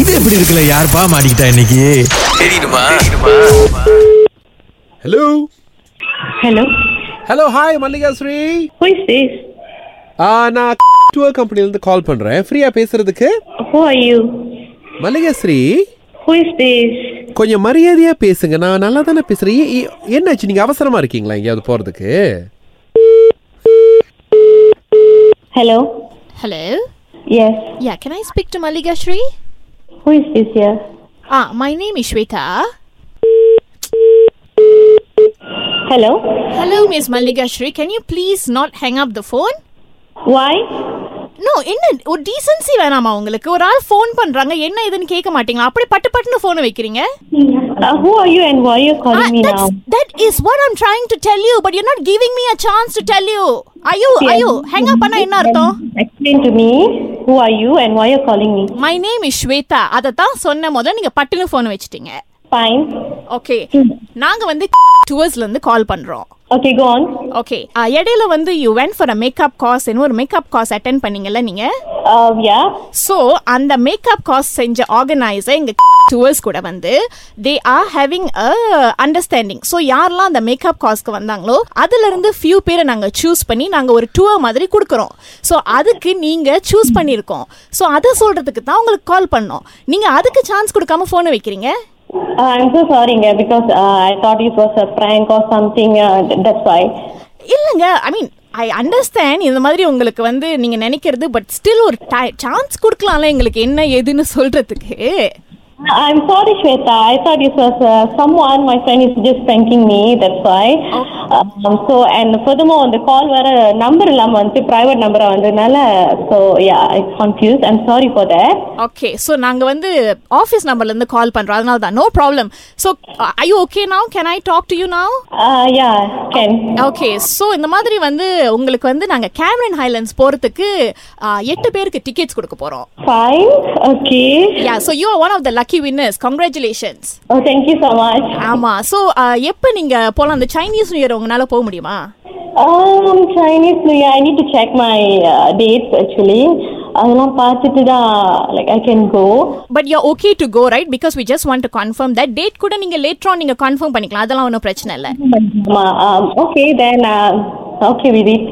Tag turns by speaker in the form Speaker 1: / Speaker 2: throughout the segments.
Speaker 1: இது எப்படி இருக்குல்ல யாருப்பா மாட்டிக்கிட்டா இன்னைக்கு
Speaker 2: hello
Speaker 3: hello
Speaker 2: hello hi Mallika Shri
Speaker 3: who is this
Speaker 2: ஆ, நான் டூர் கம்பெனிலேருந்து கால் பண்ணுறேன் ஃப்ரீயாக பேசுறதுக்கு
Speaker 3: who are you
Speaker 2: Mallika Shri
Speaker 3: who is this
Speaker 2: கொஞ்சம் மரியாதையாக பேசுங்க நான் நல்லா தானே பேசுகிறேன் என்னாச்சு நீங்கள் அவசரமாக இருக்கீங்களா எங்கேயாவது போகிறதுக்கு
Speaker 3: hello
Speaker 4: Hello?
Speaker 3: Yes
Speaker 4: Yeah, can I speak to Malika Shri?
Speaker 3: Who is this your
Speaker 4: Ah, my name is Shweta.
Speaker 3: Hello
Speaker 4: Hello, Miss Malika Shri. Can you please not hang up the phone?
Speaker 3: Why
Speaker 4: No, என்ன ஒரு decency வேணாமா உங்களுக்கு ஒரு ஆள் phone பண்றாங்க என்ன ஏதுன்னு கேட்க மாட்டீங்களா அப்படி பட்டு பட்டுன்னு ஃபோனை வைக்கிறீங்க
Speaker 3: who are you and why you
Speaker 4: Ah,
Speaker 3: calling me
Speaker 4: that's-
Speaker 3: now
Speaker 4: that is what I'm trying to tell you, but you're not giving me a chance to tell you. ஐயோ ஐயோ hang up பண்ணா என்ன அர்த்தம்
Speaker 3: explain to me who are you and why you calling me
Speaker 4: my name is Shweta அதை தான் சொன்ன முதல்ல நீங்க பட்டுன்னு ஃபோன் வச்சிட்டீங்க
Speaker 3: ஃபைன்
Speaker 4: ஓகே நாங்க வந்து டூர்ஸ்ல இருந்து கால் பண்றோம்
Speaker 3: ஓகே கோ ஆன்
Speaker 4: ஓகே இடையில வந்து you went for a makeup cos ஒரு மேக்கப் காஸ் அட்டன் பண்ணீங்கல்ல நீங்க
Speaker 3: யா
Speaker 4: ஸோ அந்த மேக்கப் காஸ் செஞ்ச ஆர்கனைசர் எங்க டூவர்ஸ் கூட வந்து they are having a understanding so யாரெல்லாம் அந்த மேக்கப் காஸ்க்கு வந்தாங்களோ அதுல இருந்து ஃபியூ பேரை நாங்க சூஸ் பண்ணி நாங்க ஒரு டூர் மாதிரி கொடுக்குறோம் ஸோ அதுக்கு நீங்க சூஸ் பண்ணியிருக்கோம் ஸோ அதை சொல்றதுக்கு தான் உங்களுக்கு கால் பண்ணோம் நீங்க அதுக்கு சான்ஸ் கொடுக்காம போனை வைக்கிறீங்க
Speaker 3: ஐம் ஸோ சாரிங்க because I thought it was a prank or uh, something that's why
Speaker 4: இல்லைங்க ஐ மீன் ஐ அண்டர்ஸ்டாண்ட் இந்த மாதிரி உங்களுக்கு வந்து நீங்கள் நினைக்கிறது பட் ஸ்டில் ஒரு சான்ஸ் கொடுக்கலாம்ல எங்களுக்கு என்ன ஏதுன்னு சொல்கிறதுக்கு
Speaker 3: I'm sorry, Shweta. I thought it was uh, someone. My friend is just pranking me. That's why. Um, so and furthermore, on the call where a number இல்லாம வந்து private number வந்ததுனால so yeah, it's confused. I'm sorry for that.
Speaker 4: Okay so நாங்கள் வந்து office நம்பர்லேருந்து கால் பண்ணுறோம் அதனால தான் no problem so I okay now can I talk to you now
Speaker 3: Uh, yeah, can.
Speaker 4: Okay so இந்த மாதிரி வந்து உங்களுக்கு வந்து நாங்கள் கேமரன் ஹைலண்ட்ஸ் போகிறதுக்கு எட்டு பேருக்கு டிக்கெட்ஸ் கொடுக்க போகிறோம்
Speaker 3: Fine. Okay.
Speaker 4: Yeah so you are one of the lucky winners congratulations
Speaker 3: Oh, thank you so much.
Speaker 4: ஆமாம் ஸோ எப்போ நீங்கள் போகலாம் அந்த சைனீஸ் நியூ இயர் உங்களால் போக முடியுமா
Speaker 3: Um, Chinese New Year. I need to check my uh, dates actually. அதெல்லாம் பார்த்துட்டு தான் like I can go.
Speaker 4: But you okay to go right because we just want to confirm that date கூட நீங்க later on நீங்க confirm பண்ணிக்கலாம் அதெல்லாம் ஒன்றும் பிரச்சனை இல்லை
Speaker 3: Um, okay, then uh, okay with it.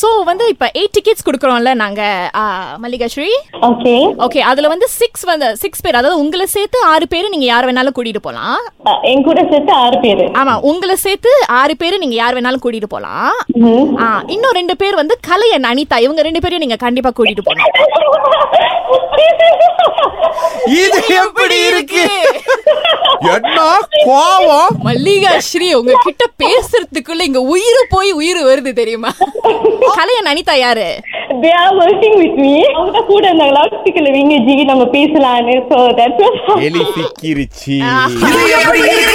Speaker 4: So வந்து இப்போ எயிட் டிக்கெட்ஸ் கொடுக்குறோம்ல நாங்க ஆஹ், மல்லிகா ஸ்ரீ
Speaker 3: Okay.
Speaker 4: ஓகே அதுல வந்து சிக்ஸ் வந்து சிக்ஸ் பேர் அதாவது உங்களை சேர்த்து ஆறு பேர் நீங்க யார் வேணாலும் கூட்டிட்டு போகலாம்
Speaker 3: அஹ் என் கூட சேர்த்து ஆறு பேரு
Speaker 4: ஆமா உங்களை சேர்த்து ஆறு பேர் நீங்க யார் வேணாலும் கூட்டிட்டு போகலாம்
Speaker 3: ம்ஹும்.
Speaker 4: ஆ, இன்னும் ரெண்டு பேர் வந்து கலையன் அனிதா இவங்க ரெண்டு பேரையும் நீங்க கண்டிப்பா கூட்டிட்டு போகணும்
Speaker 2: இது எப்படி இருக்கு என்ன கோவம்
Speaker 4: மல்லிகா ஸ்ரீ உங்க கிட்ட பேசுறதுக்குள்ள இங்க உயிர் போய் உயிர் வருது தெரியுமா கலையன் அனிதா யாரு
Speaker 3: They are working with me. அவங்க தான் கூட இருந்தாங்க. loudspeaker ல வைங்க ஜி, நம்ம பேசலான்னு. So that's what-
Speaker 2: எலி சிக்கிருச்சு
Speaker 4: ஆஹா.
Speaker 1: இது எப்படி இருக்கு